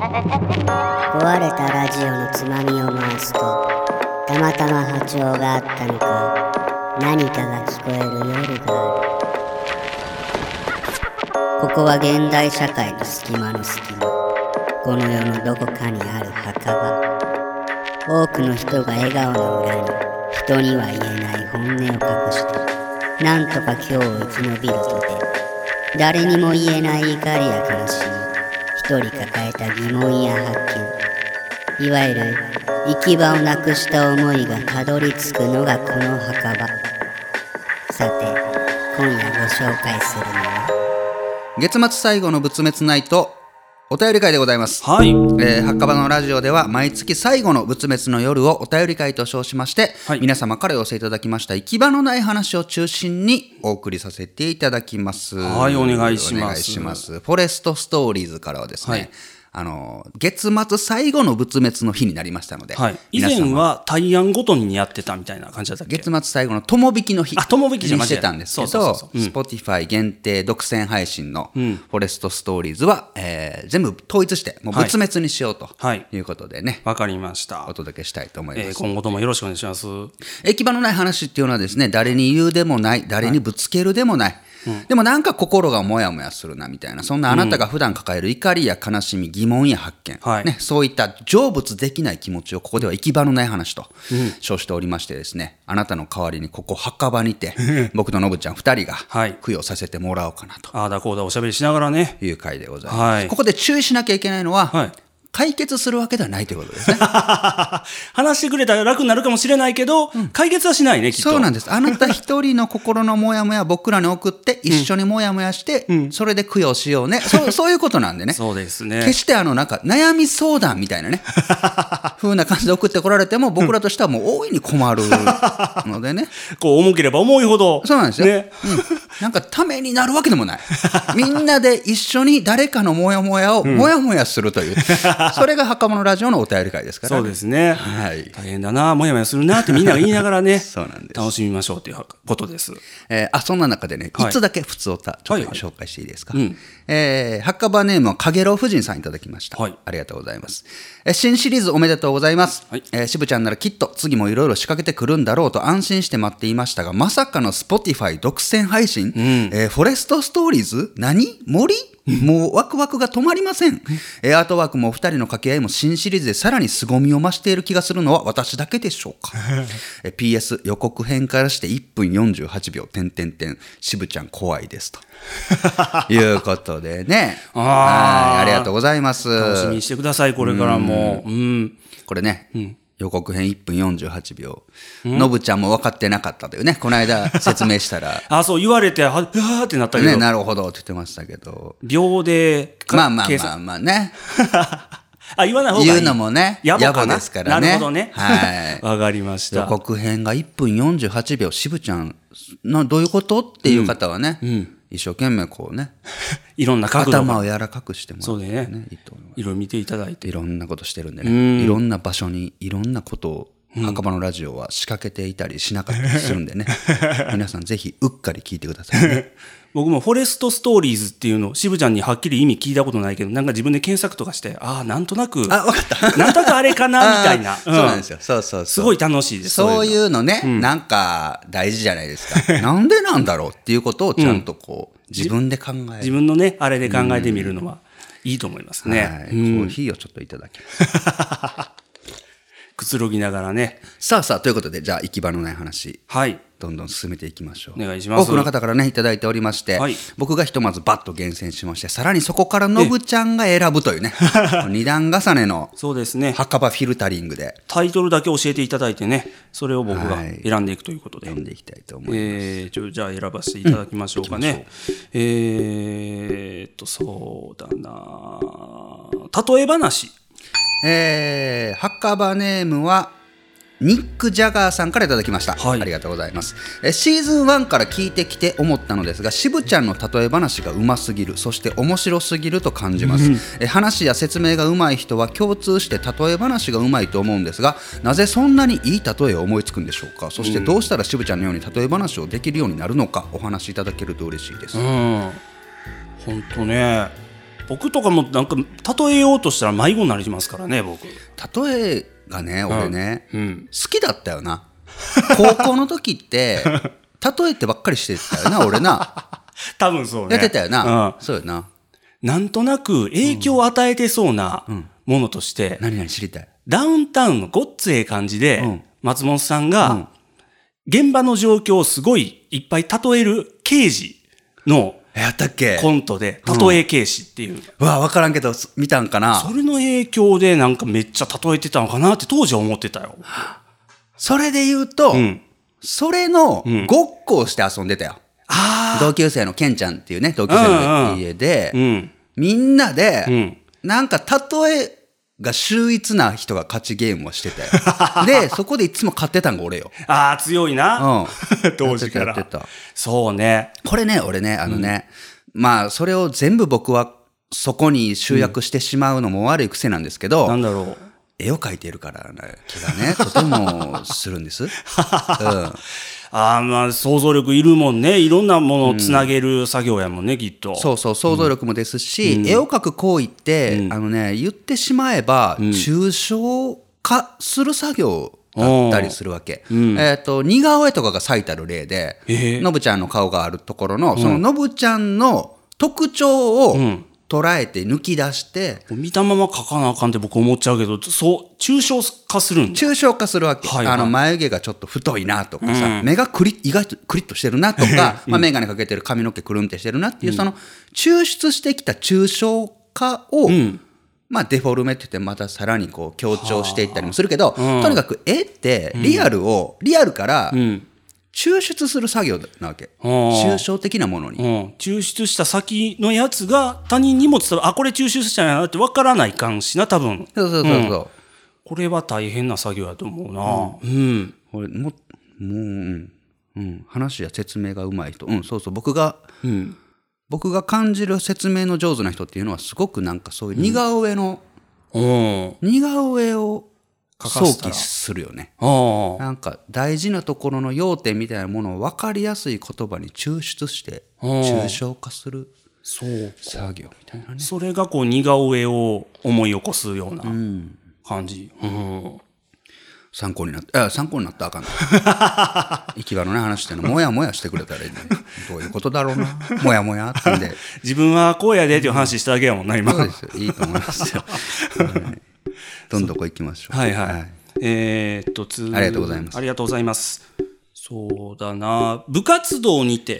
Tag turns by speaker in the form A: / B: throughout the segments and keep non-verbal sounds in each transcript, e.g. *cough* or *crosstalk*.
A: 壊れたラジオのつまみを回すとたまたま波長があったのか何かが聞こえる夜があるここは現代社会の隙間の隙間この世のどこかにある墓場多くの人が笑顔の裏に人には言えない本音を隠してなんとか今日を生き延びるとて誰にも言えない怒りや悲しみ一人抱えた疑問や発見いわゆる行き場をなくした思いがたどり着くのがこの墓場さて今夜ご紹介するのは
B: 月末最後の仏滅ナイトお便り会でございます、
C: はい。
B: えー、墓場のラジオでは毎月最後の仏滅の夜をお便り会と称しまして、
C: はい
B: 皆様から寄せいただきました行き場のない話を中心にお送りさせていただきます
C: はいお願いします
B: お願いしますフォレストストーリーズからはですね、
C: はい
B: あの月末最後の仏滅の日になりましたので、
C: はい。以
B: 皆様
C: 前は対案ごとにやってたみたいな感じだったっけ
B: 月末最後の友引きの日
C: あ友引きじゃ
B: に
C: 間
B: し
C: 違いない
B: てたんですけど
C: そうそうそうそううん
B: Spotify 限定独占配信の「フォレストストーリーズは」えー全部統一してもう
C: はい
B: 仏滅にしようと
C: はい
B: いうことでね、
C: わかりました
B: お。届けしたいと思い
C: え
B: ま
C: ー
B: す、
C: 今後ともよろしくお願いします。は
B: 駅場のない話っていうのはですね誰に言うでもない誰にぶつけるでもない、でもなんか心がモヤモヤするなみたいなそんなあなたが普段抱える怒りや悲しみ疑問や発見、
C: はい
B: ね、そういった成仏できない気持ちをここでは行き場のない話と称しておりましてですねあなたの代わりにここ墓場にて僕とノブちゃん2人が
C: はい
B: 供養させてもらおうかなと
C: あーだこうだおしゃべりしながらね。
B: いう回でございます、
C: はい
B: ここで注意しなきゃいけないのは、
C: はい
B: 解決するわけではないということですね
C: 話してくれたら楽になるかもしれないけど、解決はしないね、きっと。
B: そうなん
C: ん
B: です。あなた一人の心のモヤモヤ僕らに送って一緒にモヤモヤして、それで供養しようね。
C: *laughs*
B: そうそういうことなんでね。
C: そうですね。
B: 決してあのなんか悩み相談みたいな
C: *laughs*
B: ね風な感じで送ってこられても僕らとしてはもう大いに困るので
C: *laughs*
B: ね
C: こう重ければ重いほど。
B: そうなんですよ、
C: ね。
B: うん、なんかためになるわけでもないみんなで一緒に誰かのモヤモヤをモヤモヤすると
C: *laughs*
B: いう、それが墓場のラジオのお便り会ですから
C: そうですね。
B: はい
C: 大変だな、もやもやするなってみんなが言いながら
B: *laughs*
C: ね、
B: そうなんです
C: 楽しみましょうっていうことです。
B: えーあそんな中でね、
C: はい
B: い、つだけ普通おたちょっ
C: はい
B: と
C: はい
B: 紹介していいですか、
C: うん
B: えー墓場ネームは影郎夫人さんいただきました、
C: はい
B: ありがとうございます、えー新シリーズおめでとうございます、
C: はい
B: えー渋ちゃんならきっと次もいろいろ仕掛けてくるんだろうと安心して待っていましたがまさかの Spotify 独占配信、えーフォレストストーリーズ何森もうワクワクが止まりません、えーアートワークもお二人の掛け合いも新シリーズでさらに凄みを増している気がするのは私だけでしょ
C: *laughs*
B: うかえー PS 予告編からして1分48秒点点点渋ちゃん怖いですと
C: *laughs*
B: いうことでね
C: あー
B: はいありがとうございます
C: 楽しみにしてください、これからも。うん。、
B: これね、予告編1分48秒、ノブちゃんも分かってなかったというね、この間説明したら
C: あ、そう言われて、は、うわーってなったけ
B: ね、
C: ど、
B: なるほどって言ってましたけど、
C: 秒で、か
B: まあまあ
C: 計
B: ま
C: 算
B: あまあね、
C: あ、言わない方がいい。
B: 言うのもね、
C: 野暮
B: 野
C: か
B: 暮
C: な
B: ですからね。
C: なるほどね。 *laughs*
B: はい。
C: わかりまし
B: 予
C: た。
B: 告編が1分48秒、渋ちゃん、などういうことっていう方はね、一生懸命こうね、
C: いろんな角度が
B: 頭を柔らかくしてもらって
C: そうでね
B: いいと思います。
C: いろいろ見ていただいて。
B: いろんなことしてるんでね、いろんな場所にいろんなことを墓場のラジオは仕掛けていたりしなかったりするんで
C: *laughs*
B: ね、皆さんぜひうっかり聞いてくださいね。
C: 僕もフォレストストーリーズっていうのを、渋ちゃんにはっきり意味聞いたことないけど、なんか自分で検索とかして、ああ、なんとなく、
B: あ、わかった。
C: なんとなくあれか *laughs* な、みたいな。
B: *laughs* あーそうなんです
C: よ。
B: よ。そうそうそう。
C: すごい楽しいです。
B: そう
C: う
B: いうのね、なんか大事じゃないです
C: *laughs*
B: か。なんでなんだろうっていうことをちゃんとこう、自分で考え
C: の。
B: る。
C: 自分のね、あれで考えてみるのは、いいと思います
B: はい
C: ね。
B: コ
C: うん
B: ーヒーをちょっといただきます。
C: くつろぎながらね。
B: さあさあ、ということで、じゃあ行き場のない話、
C: はい。
B: どんどん進めていきましょう
C: お願いします
B: 多くの方からねいただいておりまして、
C: はい
B: 僕がひとまずバッと厳選しましてさらにそこからのぶちゃんが選ぶとい
C: *laughs*
B: うね二段重ねの
C: そうですね。
B: 墓場フィルタリングで
C: タイトルだけ教えていただいてね、それを僕が
B: はい
C: 選んでいくということで。
B: 読んでいきたいと思います、
C: えー、ちょじゃあ選ばせていただきましょうかね。えーっと、そうだな例え話。
B: えー、墓場ネームはニック・ジャガーさんからいただきました、
C: はい
B: ありがとうございますえシーズン1から聞いてきて思ったのですが渋ちゃんの例え話がうますぎるそして面白すぎると感じます、え話や説明がうまい人は共通して例え話がうまいと思うんですがなぜそんなにいい例えを思いつくんでしょうかそしてどうしたら渋ちゃんのように例え話をできるようになるのかお話しいただけると嬉しいです、
C: うん本当ね僕とかもなんか例えようとしたら迷子になりますからね僕
B: 例えがね俺ね、
C: うん
B: 好きだったよな *laughs* 高校の時って例えってばっかりしてたよな俺
C: *laughs*
B: な
C: 多分そうね
B: やってたよな、
C: う、
B: そうよなん
C: なんとなく影響を与えてそうなものとして、
B: 何々知りたい
C: ダウンタウンのごっつええ感じで、
B: うん
C: 松本さんが、現場の状況をすごいいっぱい例える刑事の
B: やったっけ
C: コントで、
B: うん
C: 例え刑事っていう。
B: うわ分からんけどす見たんかな
C: そ
B: そ
C: れの影響でなんかめっちゃ例えてたのかなって当時は思ってたよ。
B: れで言うと、
C: うん。
B: それの
C: ん
B: ごっこをして遊んでたよ、
C: あ
B: 同級生のケンちゃんっていうね同級生の家で、
C: あ。うん。
B: みんなで、
C: うん
B: なんか例えが秀逸な人が勝ちゲームをしてた
C: *laughs*
B: よでそこでいつも勝ってたんが俺よ
C: ああ、強いな。
B: う
C: *laughs* 当時か
B: やってたや
C: ら
B: って。
C: そうね。
B: これね、俺ね、あのね、まあ、それを全部僕はそこに集約してしまうのも悪い癖なんですけど、
C: なんだろう。
B: 絵を描いているからな気がね、とてもするん *laughs* です。う
C: ああ、まあ、想像力いるもんね。いろんなものをつなげる作業やもんね、きっと。
B: ん、そうそう、想像力もですし、絵を描く行為って、あのね、言ってしまえば、抽象化する作業だったりするわけ。えっ、と、似顔絵とかが最たる例で、
C: ええ
B: のぶちゃんの顔があるところの、そののぶちゃんの特徴を捉えて抜き出して、
C: 見たまま書かなあかんって僕思っちゃうけど、そう、抽象化するんだ。
B: 抽象化するわけ、
C: はいはい
B: あの眉毛がちょっと太いなとかさ、目がクリ意外とクリッとしてるなとか、まあ、眼鏡かけてる髪の毛くるんってしてるなっていう、その抽出してきた抽象化を、まあ、デフォルメって言ってまたさらにこう強調していったりもするけど、とにかく絵ってリアルを、リアルから抽出する作業なわけ、
C: あー
B: 抽象的なものに。
C: うん、抽出した先のやつが他人にも伝わるあこれ抽出したんやなって分からないかんしな多分
B: そうそうそうそう
C: これは大変な作業やと思うなうん、
B: 俺ももう、うんうん、話や説明がうまい人、うん、そうそう僕が、僕が感じる説明の上手な人っていうのはすごくなんかそういう似顔絵の、
C: うん、
B: 似顔絵を
C: 描か
B: 想
C: せた
B: 起
C: ら
B: するよね
C: ああ
B: なんか大事なところの要点みたいなものを分かりやすい言葉に抽出して
C: うん
B: 抽象化する
C: そう
B: 作業みたいなね
C: それがこう似顔絵を思い起こすような感じ、うん
B: 参考になったあ参考になったらあかんな *laughs* 行き場のね話してんのもやもやしてくれたらいいねどういうことだろうなもやもやってんで
C: 自分はこうやでっていう話しただけやもんな今
B: そうですよ。いいと思いますよ。はいどんどこ行きましょう。
C: はいはい。えーっと、つ
B: ありがとうございます
C: ありがとうございます。そうだな。部活動にて。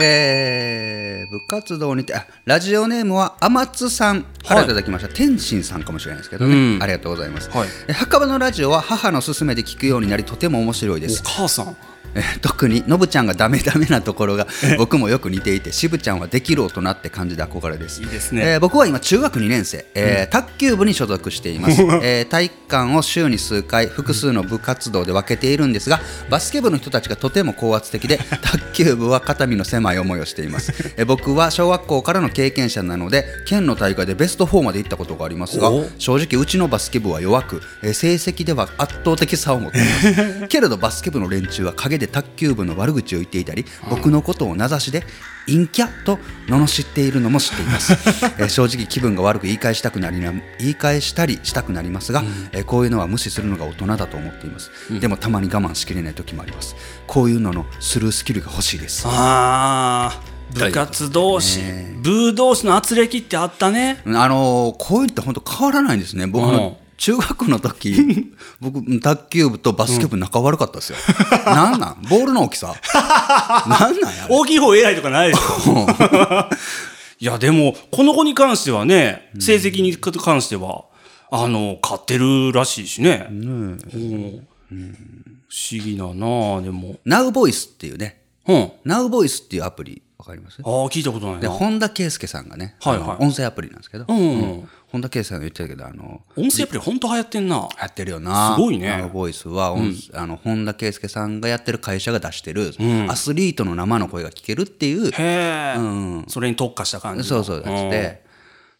B: えー、部活動にて、あラジオネームは天津さんからいただきました、天心さんかもしれないですけどね、ありがとうございます、
C: はい
B: え墓場のラジオは母の勧めで聞くようになり、とても面白いで
C: お
B: す。
C: 母さん。
B: えー *laughs* 特にのぶちゃんがダメダメなところが僕もよく似ていて渋ちゃんはできる大人って感じで憧れです
C: いいですね
B: えー僕は今中学2年生、えー卓球部に所属してい
C: *laughs*
B: ます、えー体育館を週に数回複数の部活動で分けているんですがバスケ部の人たちがとても高圧
C: *laughs*
B: 的で卓球部は肩身の狭い思いをしています、えー僕は小学校からの経験者なので県の大会でベスト4まで行ったことがありますが
C: お
B: 正直うちのバスケ部は弱く、えー成績では圧倒的差を持っていますけれどバスケ部の連中は陰で卓球部の悪口を言っていたり僕のことを名指しで陰キャと罵っているのも知っています、えー正直気分が悪く言い返したくなりな言い返したりしたくなりますが、えーこういうのは無視するのが大人だと思っています、でもたまに我慢しきれない時もありますこういうののスルースキルが欲しいです
C: あー部活同士、部同士の圧力ってあったね。
B: あのーこういうのって本当変わらないんですね、僕
C: うん
B: の中学の
C: *laughs*
B: 時僕、卓球部とバスケ部、仲悪かったですよ、なんなん、ボールの大きさ、なんなんや、
C: *laughs* 大きい方偉いとかないでしょ。 *laughs* いや、でも、この子に関してはね、成績に関しては、あの、勝ってるらしいしね。うん不思議だなあでも。
B: ナウボイスっていうね、
C: うん。
B: ナウボイスっていうアプリわかります
C: ああ、聞いたことない
B: で
C: な。
B: 本田圭佑さんがね、
C: はい
B: あの
C: はい
B: 音声アプリなんですけど、
C: うんうん
B: うん本田圭佑さんが言ってたけどあの
C: 音声アプリ本当流行ってんな。
B: やってるよな
C: すごいね
B: あのボイスは、音あの本田圭佑さんがやってる会社が出してる、アスリートの生の声が聞けるっていう
C: へえ、それに特化した感じの。
B: そうそうやつで、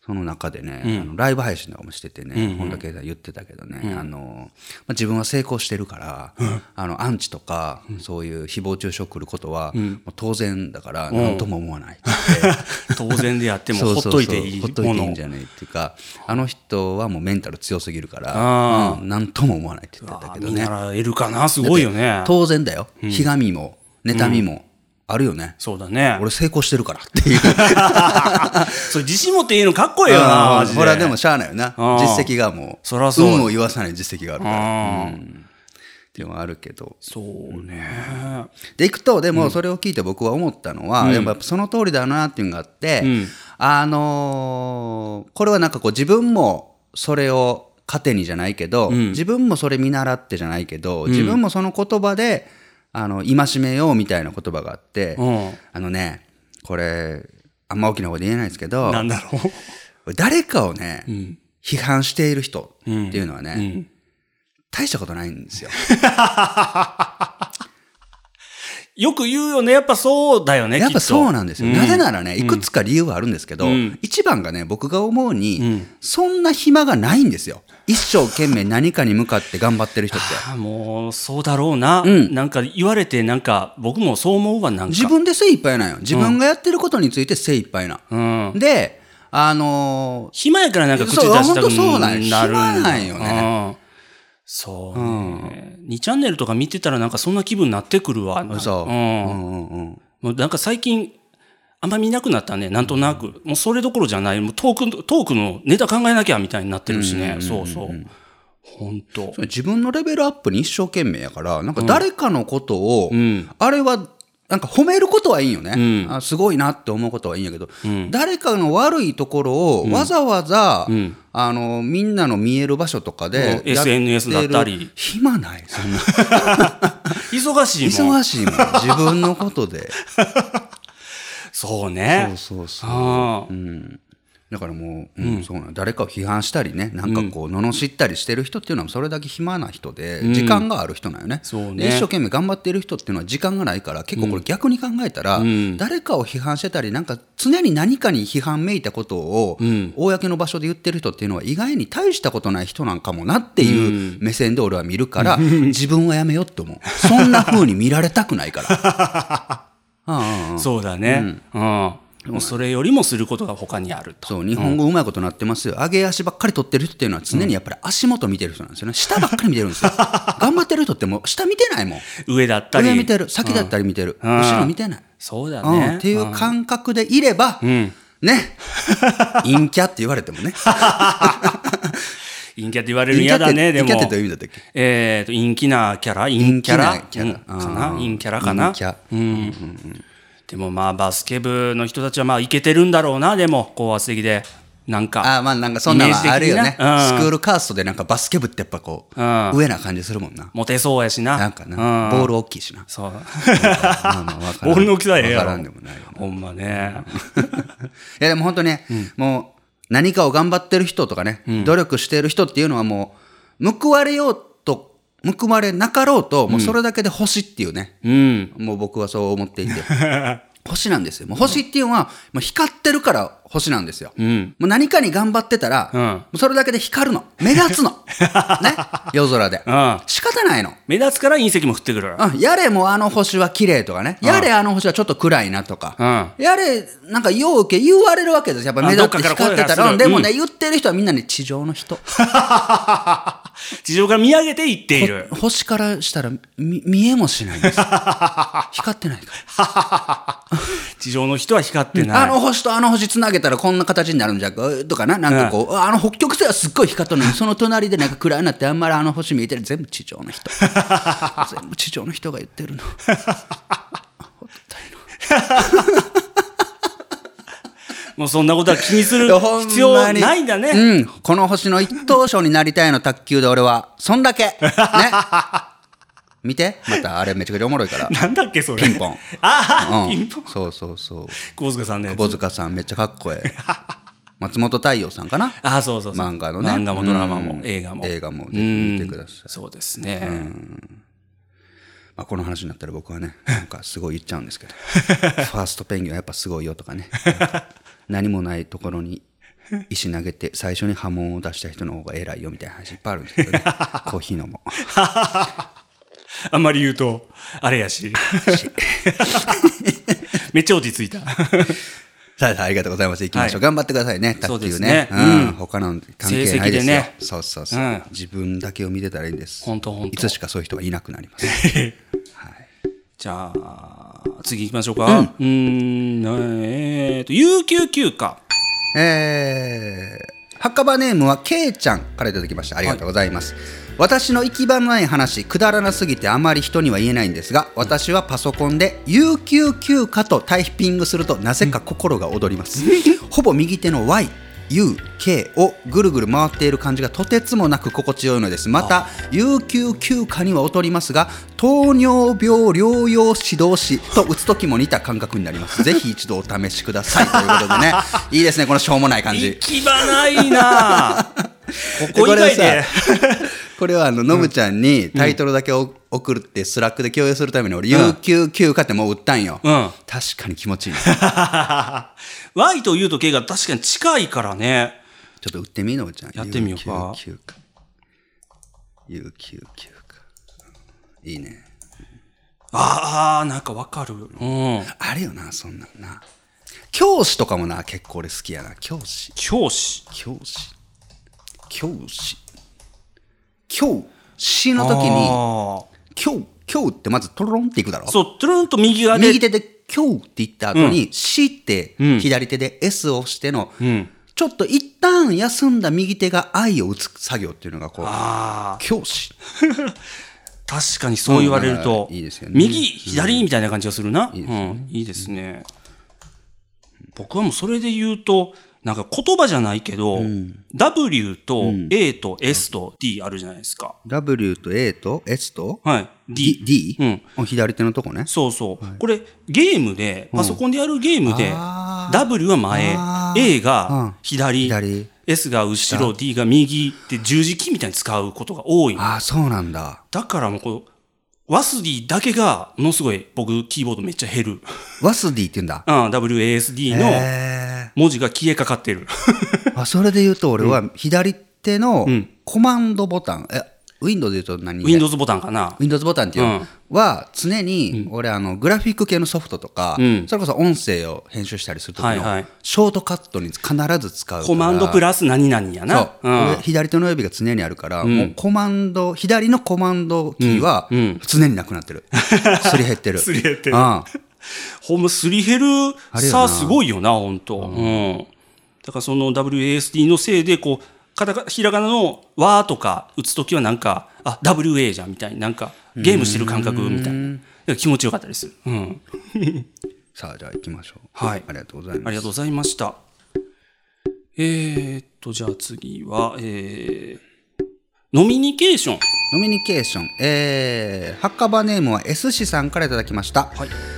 B: その中でね、あのライブ配信とかもしててね、本田圭佑さん言ってたけどね、あのまあ、自分は成功してるから、あのアンチとか、そういう誹謗中傷来ることは、もう当然だから何とも思わないって言って。
C: *laughs* 当然でやっても
B: そう
C: ほっ
B: そうそう
C: といていい
B: ほっといて
C: も
B: いい
C: の
B: んじ。ゃないっていうかあの人はもうメンタル強すぎるから
C: あ
B: うんなんとも思わないって言ってた
C: あ
B: けど
C: 見
B: ね
C: 習えるかな、すごいよね。
B: 当然だよひがみも妬みもあるよね、
C: そうだね。
B: 俺成功してるからっていう
C: それ自信持っていいのかっこいいよな、マジで。
B: ほらでもしゃあないよな
C: うん
B: 実績がもう
C: そらそう
B: 運を言わさない実績があるから
C: あー
B: っていうのはあるけど
C: そうね。
B: でいくとでもそれを聞いて僕は思ったのは、やっぱその通りだなっていうのがあって、あのーこれはなんかこう自分もそれを糧にじゃないけど、自分もそれ見習ってじゃないけど、自分もその言葉であの戒めようみたいな言葉があって、
C: うん
B: あのねこれあんま大きな声で言えないですけど
C: なんだろう。
B: 誰かをね、批判している人っていうのはね、大したことないんです *laughs* よ。
C: *laughs* よく言うよね。やっぱそうだよね。
B: やっぱそうなんですよ。なぜ
C: な
B: ならね、いくつか理由はあるんですけど、
C: ん
B: 一番がね、僕が思うに、
C: ん
B: そんな暇がないんですよ。一生懸命何かに向かって頑張ってる人って。
C: あもう、そうだろうな。
B: ん
C: なんか言われて、なんか、僕もそう思うわ、なんか。
B: 自分で精一杯なんよ。自分がやってることについて精一杯な。
C: うん。
B: で、あのー
C: 暇やからなんか口出
B: そう
C: した
B: ほ
C: く
B: んとそうなんよ
C: なるんだ
B: 暇なんよね
C: うんそうね、2チャンネルとか見てたらなんかそんな気分になってくるわ
B: そう。
C: ん
B: うんうんうん
C: もうなんか最近あんま見なくなったねなんとなく、もうそれどころじゃないもうトークトークのネタ考えなきゃみたいになってるしね、そうそう本当
B: それ自分のレベルアップに一生懸命やから、なんか誰かのことを、
C: ん
B: あれは、なんか褒めることはいいんよね、あ。すごいなって思うことはいいんやけど、誰かの悪いところをわざわざ、あの、みんなの見える場所とかで、
C: うん SNS だったり
B: やてる暇ない、そんな。
C: 忙しいもん
B: 忙しいもん。自分のことで。
C: そう
B: そ
C: ね
B: うそうそう。
C: ああ
B: だからもう、うんそうなん誰かを批判したりねなんかこう罵ったりしてる人っていうのはそれだけ暇な人で、時間がある人なんよね
C: そうね
B: で一生懸命頑張ってる人っていうのは時間がないから結構これ逆に考えたら、誰かを批判してたりなんか常に何かに批判めいたことを、公の場所で言ってる人っていうのは意外に大したことない人なんかもなっていう目線で俺は見るから、自分はやめようって思うそんな風に見られたくないから *laughs* うんうんうん
C: そうだねうん、もうそれよりもすることが他にあると
B: そう日本語うまいことなってますよ、上げ足ばっかり取ってる人っていうのは常にやっぱり足元見てる人なんですよね下ばっかり見てるんです
C: *laughs*
B: よ頑張ってる人ってもう下見てないもん
C: 上だったり
B: 上見てる先だったり見てる、
C: ん
B: 後ろ見てない、
C: そうだ
B: うん
C: ね、
B: っていう感覚でいれば、ね陰キャって言われて
C: *laughs*
B: もね
C: 陰キャって言われるの
B: 陰キャ
C: 嫌
B: って
C: だね、で
B: 陰
C: も
B: キャってどういう意味だったっけ
C: えー、と陰気なキャラ陰キャラ
B: 陰気なキャラ
C: うんか
B: あ
C: な
B: ー
C: 陰キャラかな
B: 陰キャ
C: でもまあバスケ部の人たちはまあいけてるんだろうなでも高圧的でなんか
B: あーまあなんかそんなのはあるよ
C: イメー
B: ね
C: ジ、的になうん
B: スクールカーストでなんかバスケ部ってやっぱこう、
C: うん
B: 上な感じするもんな
C: モテそうやしな
B: なんかな、
C: うん
B: ボール大きいしな *laughs*
C: そう
B: まあまあわからん
C: *laughs* ボールの大きさはええやろ
B: わからんでもないよ
C: ほんまね
B: いやでも本当ね、もう何かを頑張ってる人とかね、努力してる人っていうのはもう報われようと報われなかろうと、もうそれだけで星っていうね、
C: うん
B: もう僕はそう思
C: *laughs*
B: っていて星なんですよもう星っていうのはもう光ってるから星なんですよ、
C: ん
B: もう何かに頑張ってたら、
C: うん
B: もうそれだけで光るの目立
C: *laughs*
B: つのね夜空で、
C: うん
B: 仕方ないの
C: 目立つから隕石も降ってくる
B: うん、やれもうあの星は綺麗とかね、やれあの星はちょっと暗いなとか、やれなんかようけ言われるわけですよやっぱ目立って
C: あどっかから
B: 光ってた
C: 声がす
B: ら、
C: る
B: うんでもね、言ってる人はみんなね、地上の人、
C: 地上から見上げていっている
B: 星からしたらみ見えもしないん
C: *laughs*
B: ですよ光ってないか
C: 地上の人は光って
B: ら、あ
C: ない
B: の星とあの星つなげたらこんな形になるんじゃうとかな、なんかこう、あの北極星はすっごい光ってるのに、その隣でなんか暗いなって、あんまりあの星見えてる、全部地上の
C: *laughs*
B: 人、全部地上の人が言ってるの。
C: もうそんなことは気にする
B: いやほんまに
C: 必要ないんだね、
B: うん。こ
C: *laughs*
B: の星の一等賞になりたいの、卓球で俺は。そんだけ。ね。見てまたあれめちゃくちゃおもろいから
C: *laughs* なんだっけそれ
B: ピンポン
C: ああ、
B: う
C: ピン
B: ん
C: ポン、
B: そうそうそう
C: 小塚さんね
B: 窪塚さんめっちゃかっこ
C: *laughs*
B: ええ松本太陽さんかな
C: ああそうそうそう
B: 漫画のね
C: 漫画もドラマ
B: う
C: も
B: ん
C: 映画も
B: 映画もぜひ見てください
C: うんそうですね、
B: まあ、この話になったら僕はねなんかすごい言っちゃうんですけ
C: *laughs*
B: どファーストペンギンはやっぱすごいよとかねなんか何もないところに石投げて最初に波紋を出した人の方が偉いよみたいな話いっぱいあるんですけど
C: *laughs*
B: ねコーヒー飲もう
C: あんまり言うとあれやし *laughs* めっちゃ落ち着
B: *laughs*
C: いた
B: さあさあありがとうございます行きましょう、
C: はい
B: 頑張ってくださいね卓
C: そうで
B: 球
C: す
B: ね
C: ね
B: う
C: うん
B: ん、他の関係ないですよ
C: 成績でね
B: そうそうそう、
C: うん
B: 自分だけを見てたらいいんです
C: ほんとほんと
B: いつしかそういう人がいなくなります *laughs*
C: じゃあ次行きましょうかうんんえー、と有給休暇
B: えー、墓場ネームはけいちゃんからいただきましたありがとうございます、私の行き場のない話くだらなすぎてあまり人には言えないんですが私はパソコンで「有給休暇」とタイピングするとなぜか心が躍り
C: *laughs*
B: ます、ほぼ右手の Y U K をぐるぐる回っている感じがとてつもなく心地よいのですまた有給休暇には劣りますが糖尿病療養指導士と打つ時も似た感覚になりますぜひ一度お試しくださいということでねいいですねこのしょうもない感じ
C: 行き場ないな
B: *laughs*
C: ここ以外で
B: これはあのノムちゃんにタイトルだけお送るってスラックで共有するために俺有給休暇ってもう売ったんよ、
C: うん
B: 確かに気持ちいいちょ
C: *laughs* Y と U と K が確かに近いからね
B: っと売ってみノムちゃん
C: やってみようか
B: 有給休暇有給休暇いいね
C: あーあーなんかわかるうん
B: あるよなそんなんな教師とかもな結構俺好きやな教師
C: 教師
B: 教師教師教師の時に
C: あ
B: 教教ってまずトロロンっていくだろ
C: ーそうトゥルンと右側で
B: 右手で「今日」って言った後に「し」って
C: ん
B: 左手で「S」を押しての、
C: ん
B: ちょっと一旦休んだ右手が「愛」を打つ作業っていうのがこう
C: ああ
B: 教師
C: 確かにそう言われると、
B: うんいいですよね
C: 右左みたいな感じがするな、うん、いい
B: です
C: ですね,、僕はもうそれで言うとなんか言葉じゃないけど、W と A と S と D あるじゃないですか、
B: W と A と S と
C: はい D,
B: D, D?
C: うん
B: お左手のとこね
C: そうそう、これゲームでパソコンでやるゲームで、
B: あー
C: W は前
B: あー
C: A
B: うん
C: が左,、
B: 左
C: S が後ろ D が右って十字キーみたいに使うことが多いの
B: ああそうなんだ
C: だからもうこうワスディだけがものすごい僕キーボードめっちゃ減る、 *laughs*
B: ワスディって言うんだ
C: うん、WASD の
B: へ
C: 文字が消えかかってる *laughs*
B: えあそれで言うと俺は左手の
C: ん
B: コマンドボタン、え Windows で言うと何
C: Windows ボタンかな
B: Windows ボタンっていうのは常に俺あのグラフィック系のソフトとか
C: うん
B: それこそ音声を編集したりするとき
C: はいは
B: の
C: い
B: ショートカットに必ず使うから
C: コマンドプラス何々や
B: そう
C: なうん
B: 俺左手の指が常にあるから
C: ん
B: もうコマンド左のコマンドキーは
C: うんうん
B: 常になくなってるすり減ってる
C: *laughs* すり減ってる
B: うん
C: ほんますり減
B: あ
C: る
B: れよな
C: さすごいよな本当、うんだからその WASD のせいでこうカタカひらがなの「わ」とか打つ時はなんかあ WA じゃんみたいになんかゲームしてる感覚みたいなだから気持ちよかったりする、うん、
B: さあじゃあ行きましょう
C: はい
B: ありがとうござい
C: あ
B: ま
C: り
B: す
C: がとうございました。えー、っと、じゃあ次は、えー、ノミニケーション。
B: ノミニケーション、えー、墓場ネームは S 氏さんからいただきました、
C: い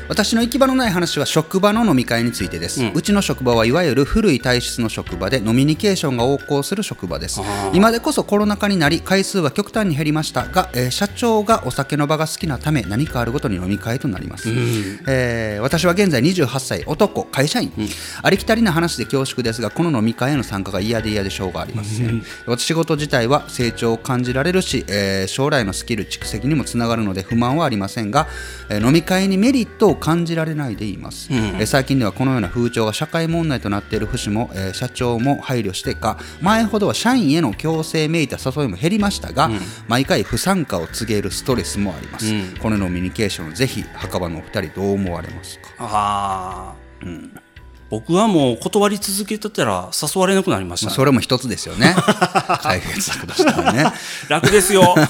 B: 私の行き場のない話は職場の飲み会についてです、うちの職場はいわゆる古い体質の職場でノミニケーションが横行する職場です今でこそコロナ禍になり回数は極端に減りましたが、えー社長がお酒の場が好きなため何かあるごとに飲み会となります、えー私は現在28歳男会社員、ありきたりな話で恐縮ですがこの飲み会への参加が嫌で嫌でしょうがありません、私仕事自体は成長を感じられるし、えー将来のスキル蓄積にもつながるので不満はありませんが、えー飲み会にメリットを感じられないでいます、えー最近ではこのような風潮が社会問題となっている節も、えー社長も配慮してか前ほどは社員への強制めいた誘いも減りましたが、毎回不参加を告げるストレスもあります、このノミニケーションをぜひ墓場のお二人どう思われますか
C: あー、僕はもう断り続けてたら誘われなくなりまし
B: まあ
C: た。
B: それも一つですよ *laughs* ね解決策としてはね
C: 楽ですよ。 *laughs*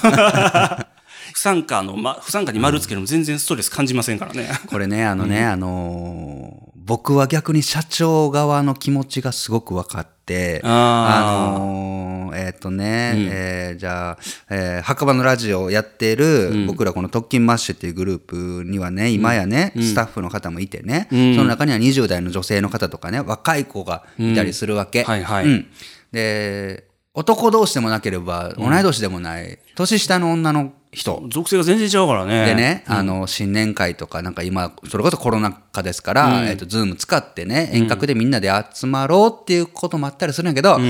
C: 不参加の、ま、不参加に丸つけるのも全然ストレス感じませんからね。
B: これね、あのね、あのー僕は逆に社長側の気持ちがすごく分かって、
C: あー
B: のーえっ、とね、えーじゃあ、えー墓場のラジオをやってる、僕らこの特勤マッシュっていうグループにはね、今やね、スタッフの方もいてね、その中には20代の女性の方とかね、若い子がいたりするわけ。
C: うんはいはい
B: うんで、男同士でもなければ、同い年でもない、年下の女の人
C: 属性が全然違うからね。
B: でね、あの新年会とか、なんか今、それこそコロナ禍ですから、えっとズーム使ってね、遠隔でみんなで集まろうっていうこともあったりするんやけど、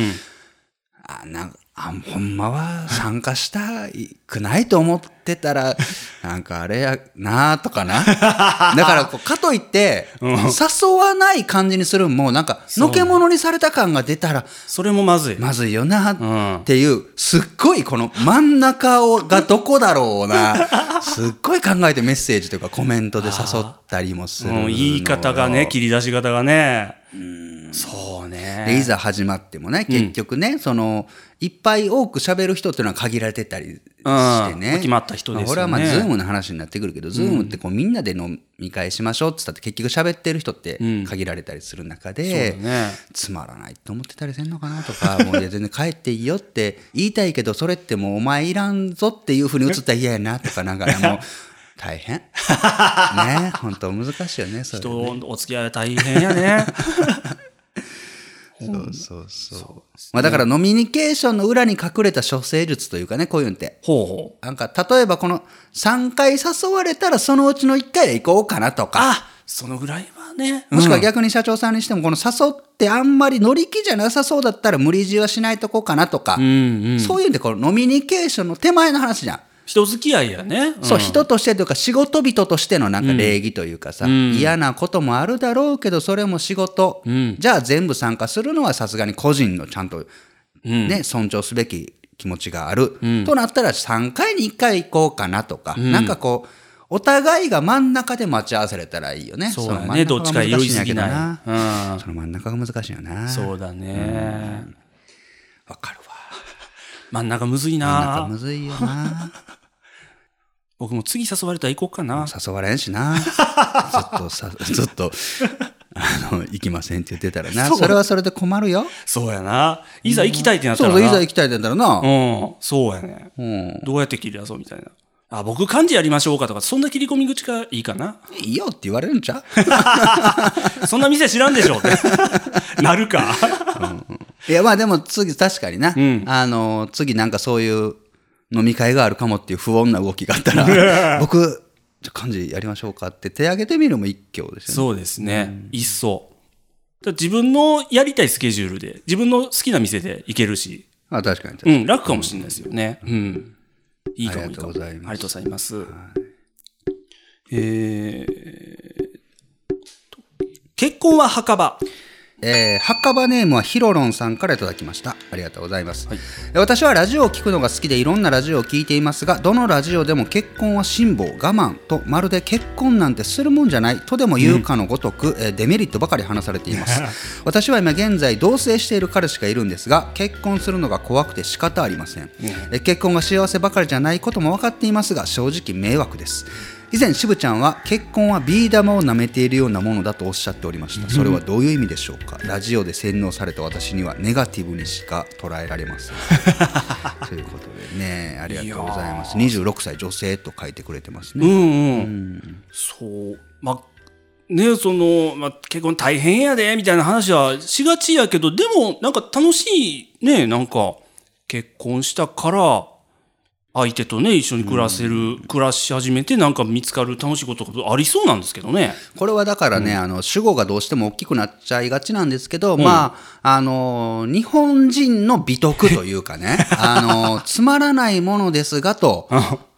B: あなんあほんまは参加したくないと思ってた *laughs* ら、なんかあれやなとかな。だからこう、かといって、誘わない感じにするんも、なんか、のけものにされた感が出たら、
C: それもまずい。
B: まずいよなっていう、すっごいこの真ん中をがどこだろうな、すっごい考えてメッセージというかコメントで誘ったりもする
C: う
B: の
C: ん
B: よ。
C: 言い方がね、切り出し方がね。そう
B: でい
C: ね。
B: ざ始まってもね、結局ね、その、いっぱい多く喋る人っていうのは限られてたりして
C: うん
B: ね。
C: 決まった人ですよね
B: これはまあ、ズームの話になってくるけど、ズームってこう、みんなで飲み会しましょうって言ったって、結局喋ってる人って限られたりする中で、
C: そうだね
B: つまらないと思ってたりせんのかなとか、 *laughs* もういや全然帰っていいよって言いたいけど、それってもうお前いらんぞっていうふうに映ったら嫌やなとか、なんかね
C: *laughs*
B: もう、大変。ね、本当難しいよね、それね
C: 人とお付き合いは大変や *laughs* ね。
B: そうそうそう。まあだから、ノミニケーションの裏に隠れた処世術というかね、こういうのって。
C: ほうほう。
B: なんか、例えばこの3回誘われたら、そのうちの1回は行こうかなとか。
C: あそのぐらいはね。
B: もしくは逆に社長さんにしても、この誘ってあんまり乗り気じゃなさそうだったら無理強いはしないとこうかなとか、そういうんで、このノミニケーションの手前の話じゃん。
C: 人付き合いやね。
B: そう、人としてというか仕事人としてのなんか礼儀というかさ、嫌なこともあるだろうけどそれも仕事、じゃあ全部参加するのはさすがに個人のちゃんと、ね尊重すべき気持ちがある、となったら3回に1回行こうかなとか、なんかこうお互いが真ん中で待ち合わせれたらいいよね。
C: そう
B: の
C: だ
B: 真ん
C: ね。
B: 中
C: ど
B: が
C: っちか
B: 難
C: 寄
B: し
C: り
B: いん
C: す
B: やけ
C: ぎ
B: ど
C: ない。うん。
B: その真ん中が難しいよな。
C: そうだね。
B: わかるわ。
C: 真ん中むずい
B: なんか
C: な
B: む。ずいよな。
C: 僕も次誘われたら行こうかな。
B: 誘われんし
C: *laughs*
B: なずっとさずっとあの行きませんって言ってたらな
C: そう
B: それはそれで困るよ
C: そうやな。いざ行きたいってなっ
B: そ
C: た
B: う
C: ら
B: そ
C: な。
B: ういざ行きたいって言ったらな、
C: うん。そうやね。どうやって切り出そうみたいな。あ、僕漢字やりましょうかとか、そんな切り込み口がいいかな。
B: いいよって言われるんちゃう
C: そんな店知らんでしょって *laughs* なるか。
B: いやまあでも次確かにな、あの次なんかそういう飲み会があるかもっていう不穏な動きがあった
C: *laughs*
B: ら僕じゃあ漢字やりましょうかって手挙げてみるのも一挙ですよね
C: そうですね。いっそ。だから自分のやりたいスケジュールで、自分の好きな店で行けるし、
B: あ確かに確か
C: う
B: に、
C: ん、楽かもしれないですよね。うん。いいかも
B: あ
C: い
B: り
C: い
B: がと
C: かも。
B: うございます
C: ありがとうございます。えーと結婚は墓場。
B: えー墓場ネームはヒロロンさんからいただきましたありがとうございます、えー私はラジオを聞くのが好きでいろんなラジオを聞いていますがどのラジオでも結婚は辛抱我慢とまるで結婚なんてするもんじゃないとでも言うかのごとく、えーデメリットばかり話されています *laughs* 私は今現在同棲している彼氏がいるんですが結婚するのが怖くて仕方ありません、えー結婚が幸せばかりじゃないことも分かっていますが正直迷惑です以前渋ちゃんは結婚はビー玉を舐めているようなものだとおっしゃっておりましたそれはどういう意味でしょうかラジオで洗脳された私にはネガティブにしか捉えられま *laughs* せんということでねありがとうございます26歳女性と書いてくれてます
C: う
B: ね、
C: んうん。そう。まあ、ねその、まあ、結婚大変やで、みたいな話はしがちやけど、でも、なんか楽しい、ねなんか、結婚したから、相手とね、一緒に暮らせる、暮らし始めて、なんか見つかる楽しいことがありそうなんですけどね。
B: これはだからね、あの主語がどうしても大きくなっちゃいがちなんですけど、まああの日本人の美徳というか *laughs* ねあのつまらないものですがと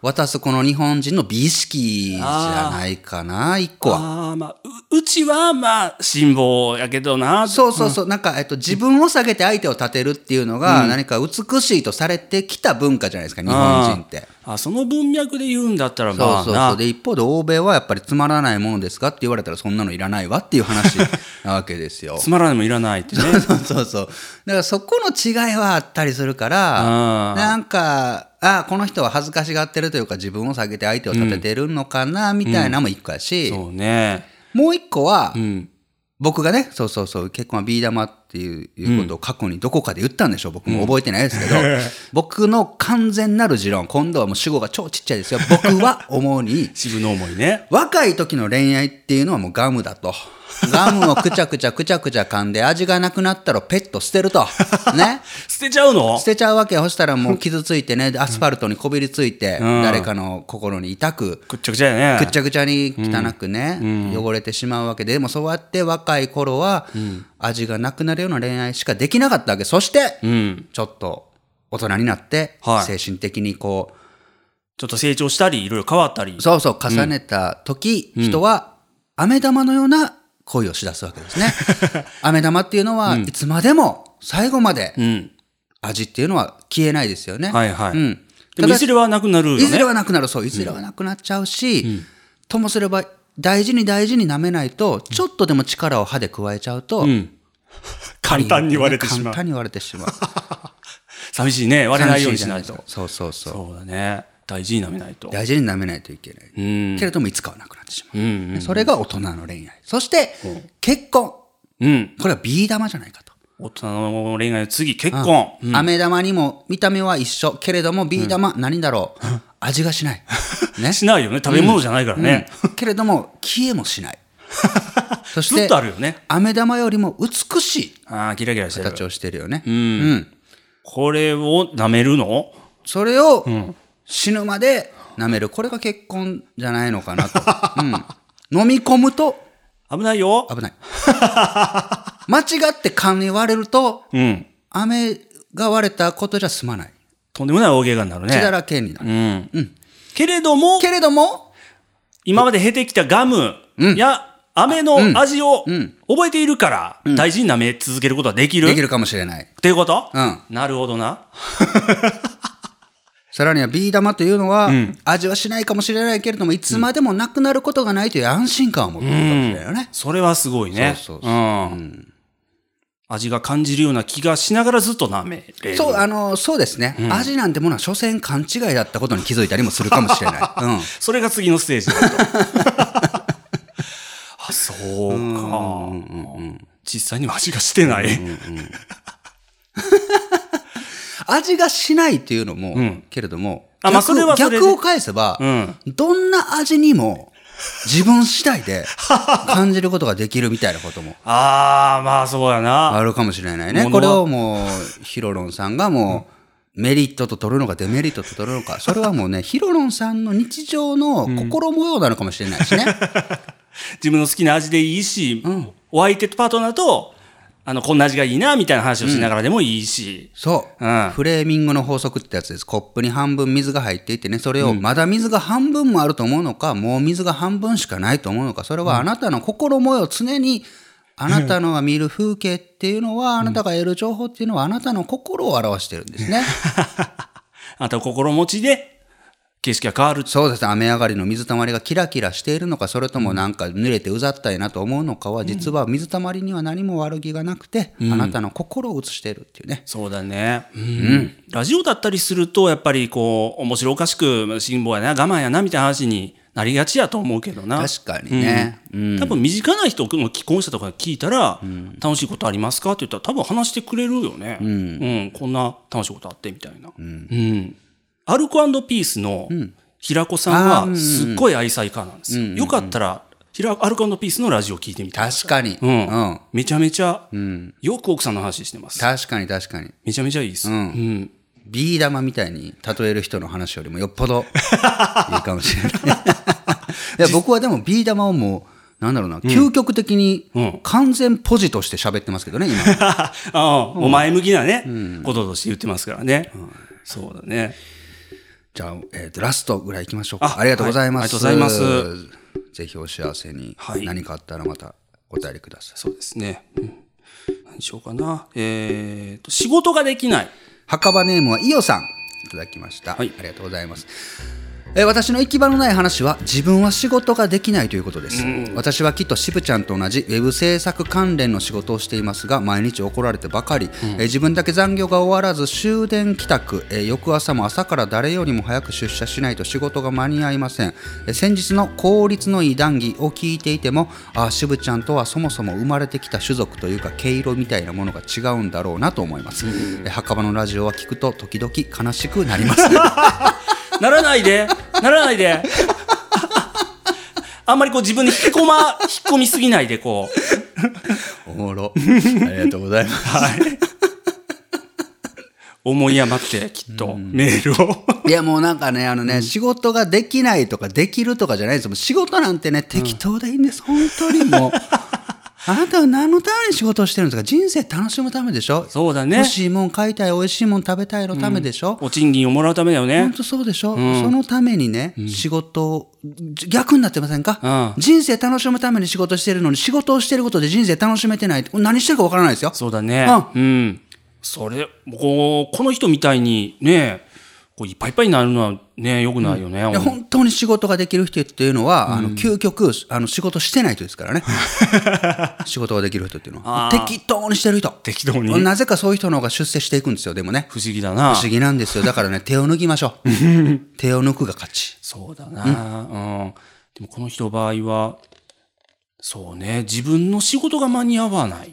B: 渡すこの日本人の美意識じゃないかな一個は。
C: ああ、まあ、う、うちは、まあ、辛抱やけどな、
B: そうそうそう、なんか、えっと、自分を下げて相手を立てるっていうのが、何か美しいとされてきた文化じゃないですか、日本人って。
C: あその文脈で言うんだったら、
B: そ
C: ま
B: う
C: あ、
B: そう
C: な
B: そう。で、一方で欧米はやっぱりつまらないものですかって言われたら、そんなのいらないわっていう話なわけです *laughs* よ。
C: つまらないもいらない *laughs* ってね。
B: そうそうそう。だからそこの違いはあったりするから、
C: あー
B: なんか、あーこの人は恥ずかしがってるというか、自分を下げて相手を立ててるのかな、みたいなのも一個やし、
C: そうね。
B: もう一個は、
C: うん。
B: 僕がね、そうそうそう、結婚はビー玉っていういうことを過去にどこかで言ったんでしょう、僕も覚えてないですけど、 *laughs* 僕の完全なる持論、今度はもう主語が超ちっちゃいですよ。 *laughs* 僕は思うに、
C: 自分の思いね。
B: 若い時の恋愛っていうのはもうガムだと。ガムをくちゃくちゃくちゃくちゃ噛んで味がなくなったらペット捨てると。 *laughs* ね。
C: 捨てちゃうの
B: 捨てちゃうわけよ。そしたらもう傷ついてね、アスファルトにこびりついて、
C: ん
B: 誰かの心に痛く、
C: くっちゃくちゃやね。
B: ぐっちゃぐちゃに汚くね、汚れてしまうわけで、でもそうやって若い頃は、味がなくなるような恋愛しかできなかったわけ。そして、
C: うん。
B: ちょっと大人になって、
C: はい
B: 精神的にこう、
C: ちょっと成長したり、いろいろ変わったり。
B: そうそう、重ねた時、人は、飴玉のような恋をしだすわけですね。
C: *laughs*
B: 飴玉っていうのは、いつまでも、最後まで
C: う、ん。
B: 味っていうのは消えないですよね。
C: はいはい
B: うん。
C: でも、いずれはなくなるよ
B: いずれ
C: ね。
B: はなくなる、そう、いずれはなくなっちゃうし、ともすれば、大事に大事に舐めないと、ちょっとでも力を歯で加えちゃうと、
C: ん簡単に言われてしまう
B: 簡。単に割れて *laughs* しまう。
C: 寂しいね。割れないようにしない
B: 悲しいじゃ
C: と。
B: ですかそうそうそう。
C: そうだね。大事になめないと。
B: 大事に舐めないといけない。
C: うん。
B: けれども、いつかはなくなってしまう。
C: うん。
B: ねそれが大人の恋愛。そして、結婚。
C: うん。
B: これはビー玉じゃないかと。
C: 大人の恋愛の次、結婚。うん
B: 飴玉にも見た目は一緒。けれども、ビー玉、何だろう。味がし
C: *laughs*
B: ない。ね。
C: しないよね。食べ物じゃないからね。
B: けれども、消えもし
C: *laughs*
B: ない。そし
C: ずってと、あるよね。
B: 飴玉よりも美しい
C: ああ、キラキラしてる。
B: 形をしてるよね。
C: これを舐めるの
B: それを死ぬまで舐める。これが結婚じゃないのかな *laughs* と。うん、飲み込むと
C: 危ないよ。
B: 危 *laughs* ない。間違って勘に割れると、
C: うん。
B: 飴が割れたことじゃ済まない。
C: とんでもない大怪我になる
B: 血だ
C: ね。
B: らけになる。
C: うん。けれども、
B: けれども、
C: 今まで経てきたガムや飴の味を覚えているから、大事に舐め続けることはできる
B: で
C: っ
B: きるかもしれない。
C: ていうこと
B: うん
C: なるほどな。
B: さらにはビー玉というのは、味はしないかもしれないけれども、いつまでもなくなることがないという安心感を持っていることだよね。
C: それはすごいね。
B: そうそう
C: う。
B: そうん
C: 味が感じるような気がしながらずっと舐めれる。
B: そう、あの、そうですね。味なんてものは、所詮勘違いだったことに気づいたりもするかもしれ
C: *laughs*
B: ない。うん。
C: それが次のステージだと。
B: *laughs*
C: あ、そうか。実際には味がしてない。
B: 味がしないっていうのも、
C: ん
B: けれども、
C: あまあそれはそれで
B: 逆を返せば、
C: うん
B: どんな味にも、自分次第で感じることができるみたいなことも
C: ああ、 *laughs* まあそうやな。
B: あるかもしれないね。
C: もの
B: こ
C: は
B: れをもう、ヒロロンさんがもう、メリットと取るのかデメリットと取るのか、それはもうね、ヒロロンさんの日常の心模様なのかもしれないしね。
C: 自分の好きな味でいいし、お相手パートナーと、あの、こんな味がいいな、みたいな話をしながらでもいいし。
B: そう、
C: うん
B: フレーミングの法則ってやつです。コップに半分水が入っていてね、それをまだ水が半分もあると思うのか、もう水が半分しかないと思うのか、それはあなたの心模様、常に、あなたのが見る風景っていうのは、あなたが得る情報っていうのは、あなたの心を表してるんですね。
C: あと心持ちで、景色が変わる。
B: *laughs* そうですね、雨上がりの水たまりがキラキラしているのか、それともなんか濡れてうざったいなと思うのかは、実は水たまりには何も悪気がなくて、あなたの心を映しているっていうね。
C: そうだね。うん。ラジオだったりすると、やっぱりこう、面白おかしく、辛抱やな、我慢やな、みたいな話になりがちやと思うけどな。
B: 確かにね。うん
C: 多分身近な人の既婚者とかに聞いたら、楽しいことありますかって言ったら多分話してくれるよね、うんこんな楽しいことあってみたいな、うんアルコピースの平子さんはすっごい愛妻家なんですよ、よかったらひらアルコピースのラジオ聞いてみてください
B: 確かに。
C: うん
B: うん
C: めちゃめちゃ、よく奥さんの話してます
B: 確かに確かに。
C: めちゃめちゃいいです、うん
B: ビー玉みたいに例える人の話よりもよっぽ
C: *laughs*
B: どいいかもしれない。いや僕はでもビー玉をもう、なんだろうな、究極的に
C: うん
B: 完全ポジとして喋ってますけどね、今。 *laughs*
C: ああお前向きなね、こととして言ってますからね、そうだね
B: じゃあ、えーと、ラストぐらい行きましょう
C: あ
B: か。ありがとうございます。
C: はいありがとうござい
B: ます。ぜひお幸せに、
C: はい
B: 何かあったらまたお便りください。
C: そうですね。うん何しようかな。えーと、仕事ができない。
B: 墓場ネームはイオさん。いただきました。
C: はい
B: ありがとうございます。えー私の行き場のない話は自分は仕事ができないということです、私はきっと渋ちゃんと同じウェブ制作関連の仕事をしていますが毎日怒られてばかり、えー自分だけ残業が終わらず終電帰宅、えー翌朝も朝から誰よりも早く出社しないと仕事が間に合いません、えー先日の効率のいい談義を聞いていてもああ渋ちゃんとはそもそも生まれてきた種族というか毛色みたいなものが違うんだろうなと思います、えー墓場のラジオは聞くと時々悲しくなります *laughs*
C: ならないで、ならないで。 *laughs* あんまりこう自分で引き込ま、引っ込みすぎないでこう。
B: おもろありがとうございます
C: 思い余ってきっとメールを。
B: *laughs* いやもうなんかね、あのね、仕事ができないとかできるとかじゃないですもう仕事なんてね、適当でいいんです、本当に *laughs* もう。あなたは何のために仕事をしてるんですか人生楽しむためでしょ
C: そうだね
B: 欲しいもん買いたい、美味しいもん食べたいのためでしょ、
C: お賃金をもらうためだよ
B: 本
C: ね。
B: 当そうでしょ、そのためにね、仕事を、逆になってませんか、
C: う
B: 人生楽しむために仕事してるのに、仕事をしてることで人生楽しめてないって、これ何してるかわからないですよ。
C: そうだね。
B: う
C: うん。それ、こう、この人みたいにね、こういっぱいいっぱいになるのはね、良くないよね。
B: いや本当に仕事ができる人っていうのは、あの究極あの仕事してない人です
C: *laughs*
B: からね仕事ができる人っていうのは
C: あー
B: 適当にしてる人
C: 適当に
B: なぜかそういう人の方が出世していくんですよでもね
C: 不思議だな
B: 不。思議なんですよだからね手を抜きまし
C: *laughs*
B: ょう手を抜くが勝ち
C: そうだな、うん。でもこの人の場合は、そうね、自分の仕事が間に合わないっ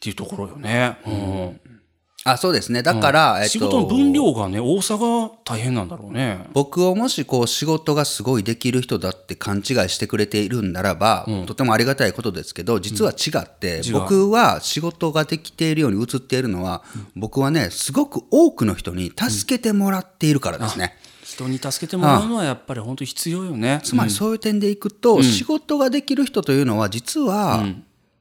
C: ていうところよね。うん。
B: あそうですねだから、えっと
C: 仕事の分量がね、多さが大変なんだろうね。
B: 僕をもしこう仕事がすごいできる人だって勘違いしてくれているんならば、とてもありがたいことですけど実は違って、
C: 違う
B: 僕は仕事ができているように映っているのは、僕はねすごく多くの人に助けてもらっているからですね。
C: 人に助けてもらうのはやっぱり本当に必要よね。
B: つまりそういう点でいくと、仕事ができる人というのは実は、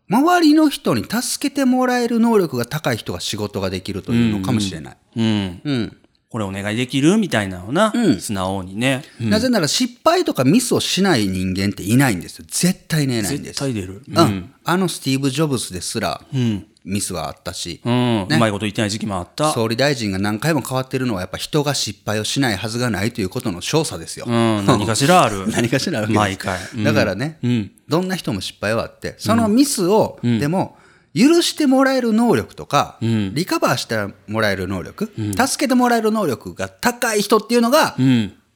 B: 周りの人に助けてもらえる能力が高い人が仕事ができるというのかもしれない。
C: うん。
B: うん
C: これお願いできるみたいなのな、素直にね。
B: なぜなら失敗とかミスをしない人間っていないんですよ。絶対ねいないんで
C: 絶
B: す。
C: 対出る。
B: うんあのスティーブ・ジョブズですらミスはあったし、
C: うん。うまいこと言ってない時期もあった。
B: 総理大臣が何回も変わってるのはやっぱ人が失敗をしないはずがないということの証左ですよ。。
C: うん。何かしらある
B: *laughs* 何かしらあるわけです
C: 毎回。うん
B: だからね、どんな人も失敗はあってそのミスを、でも許してもらえる能力とか、リカバーしてもらえる能力、助けてもらえる能力が高い人っていうのが、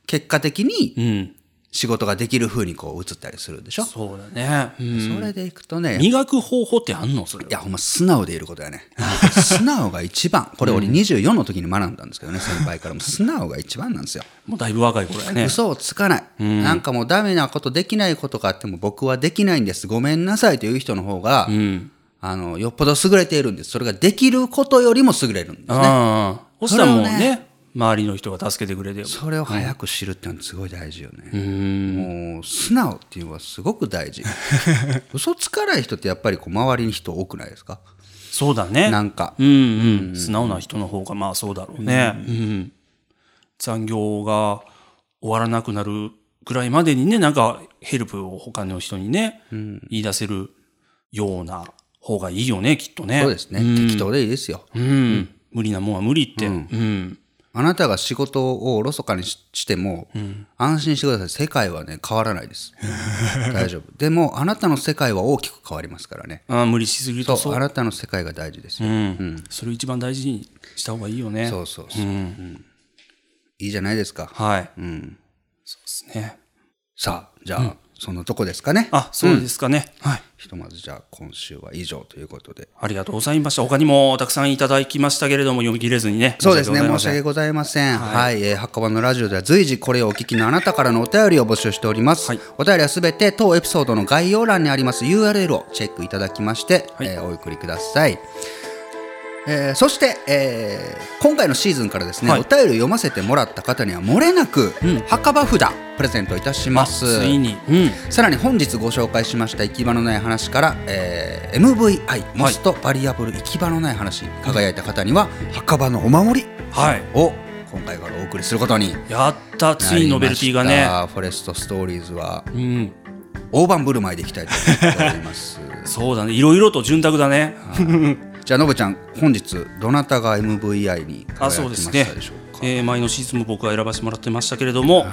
B: 結果的に、
C: うん。
B: 仕事ができる風にこう移ったりするでしょ、
C: そうだね。うん。
B: それでいくとねい
C: 磨く方法ってあんのそれ。
B: やほんま素直でいることやね素直が一番これ俺24の時に学んだんですけどね先輩からも素直が一番なんですよ
C: もうだいぶ若い頃やね。
B: 嘘をつかない、なんかもうダメなことできないことがあっても僕はできないんですごめんなさいという人の方が、あのよっぽど優れているんですそれができることよりも優れるんですね
C: ああ。そしたらもう
B: それを
C: ね、周りの人が助けてくれてる。
B: それを早く知るってのはすごい大事よね、もう素直っていうのはすごく大 *laughs* 事嘘つかない人ってやっぱりこう周りに人多くないですか
C: そうだね。
B: なんか
C: うんうん、素直な人の方がまあそうだろうね、うん残業が終わらなくなるぐらいまでにねなんかヘルプを他の人にね、言い出せるような方がいいよねきっとね
B: そうですね、適当でいいですよ。
C: うん無理なもんは無理って、うん
B: あなたが仕事をおろそかにししても、安心してください。世界はね、変わらないです。大丈夫。でも、あなたの世界は大きく変わりますからね。
C: あー無理しすぎる
B: そ
C: と
B: う、
C: そう
B: あなたの世界が大事です
C: う
B: よ。
C: んそれを一番大事にした方がいいよね
B: そうそうそう、うんいいじゃないですか。
C: はい、
B: ん
C: そうですね
B: さあ、じゃあ、そんなとこですかね。
C: あそうですかね、はい
B: ひとまず、じゃあ、今週は以上ということで。
C: ありがとうございました他にもたくさんいただきましたけれども読み切れずにね
B: そうですね、
C: 申し訳ございま
B: 申し
C: せん
B: 訳ございません。はい、えー、墓場のラジオでは随時これをお聞きのあなたからのお便りを募集しております。
C: はい
B: お便りはすべて当エピソードの概要欄にあります URL をチェックいただきまして、
C: はい
B: えーお送りください。えーそして、えー今回のシーズンからですね、
C: はい
B: お便りを読ませてもらった方にはもれなく、墓場札プレゼントいたします。
C: ついに、うん、
B: さらに本日ご紹介しました行き場のない話から、えー MVI モストバリアブル行き場のない話に輝いた方には、墓場のお守り
C: はい
B: を今回からお送りすることになりま
C: やっ
B: し
C: た
B: た
C: ついにノベルティがね、
B: フォレストストーリーズは
C: うん、
B: 大盤振る舞いでいきたいと思っております
C: そうだねいろいろと潤沢だね
B: じゃあのぶちゃん本日どなたが MVI に輝きま
C: あそうで
B: し
C: す
B: た
C: ね
B: でしょうか
C: えー前のシーズンも僕は選ばせてもらってましたけれども、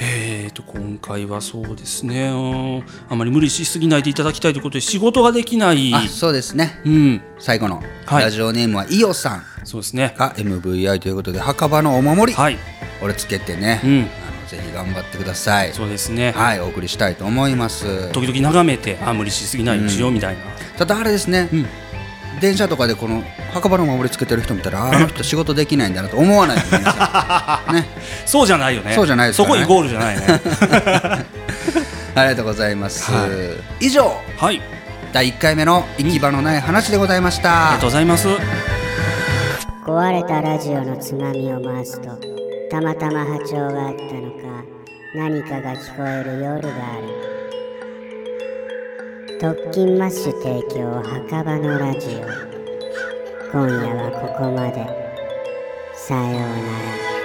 C: えと今回はそうですねうんあまり無理しすぎないでいただきたいということで仕事ができない
B: あそうですね
C: うん
B: 最後の
C: はい
B: ラジオネームはイオさん
C: そうですね
B: が MVI ということで墓場のお守り、
C: はい
B: 俺つけてね、
C: うん
B: あのぜひ頑張ってください
C: そうですね
B: はいお送りしたいと思います
C: 時々眺めてあ無理しすぎないようにしようみたいな、
B: ただあれですね、
C: ん
B: 電車とかでこの墓場のお守りつけてる人見たらああの人仕事できないんだなと思わないで皆
C: *laughs*
B: さ
C: そうじゃないよね
B: そうじゃないです
C: そ
B: よね
C: こイコールじゃないね
B: んありがとうございます、
C: は
B: 以上 *laughs*
C: はい
B: 第1回目の行き場のない話でございまし
C: あり
B: た
C: がとう、ございます
A: 壊れたラジオのつまみを回すとたまたま波長があったのか何かが聞こえる夜がある特勤マッシュ提供墓場のラジオ今夜はここまでさようなら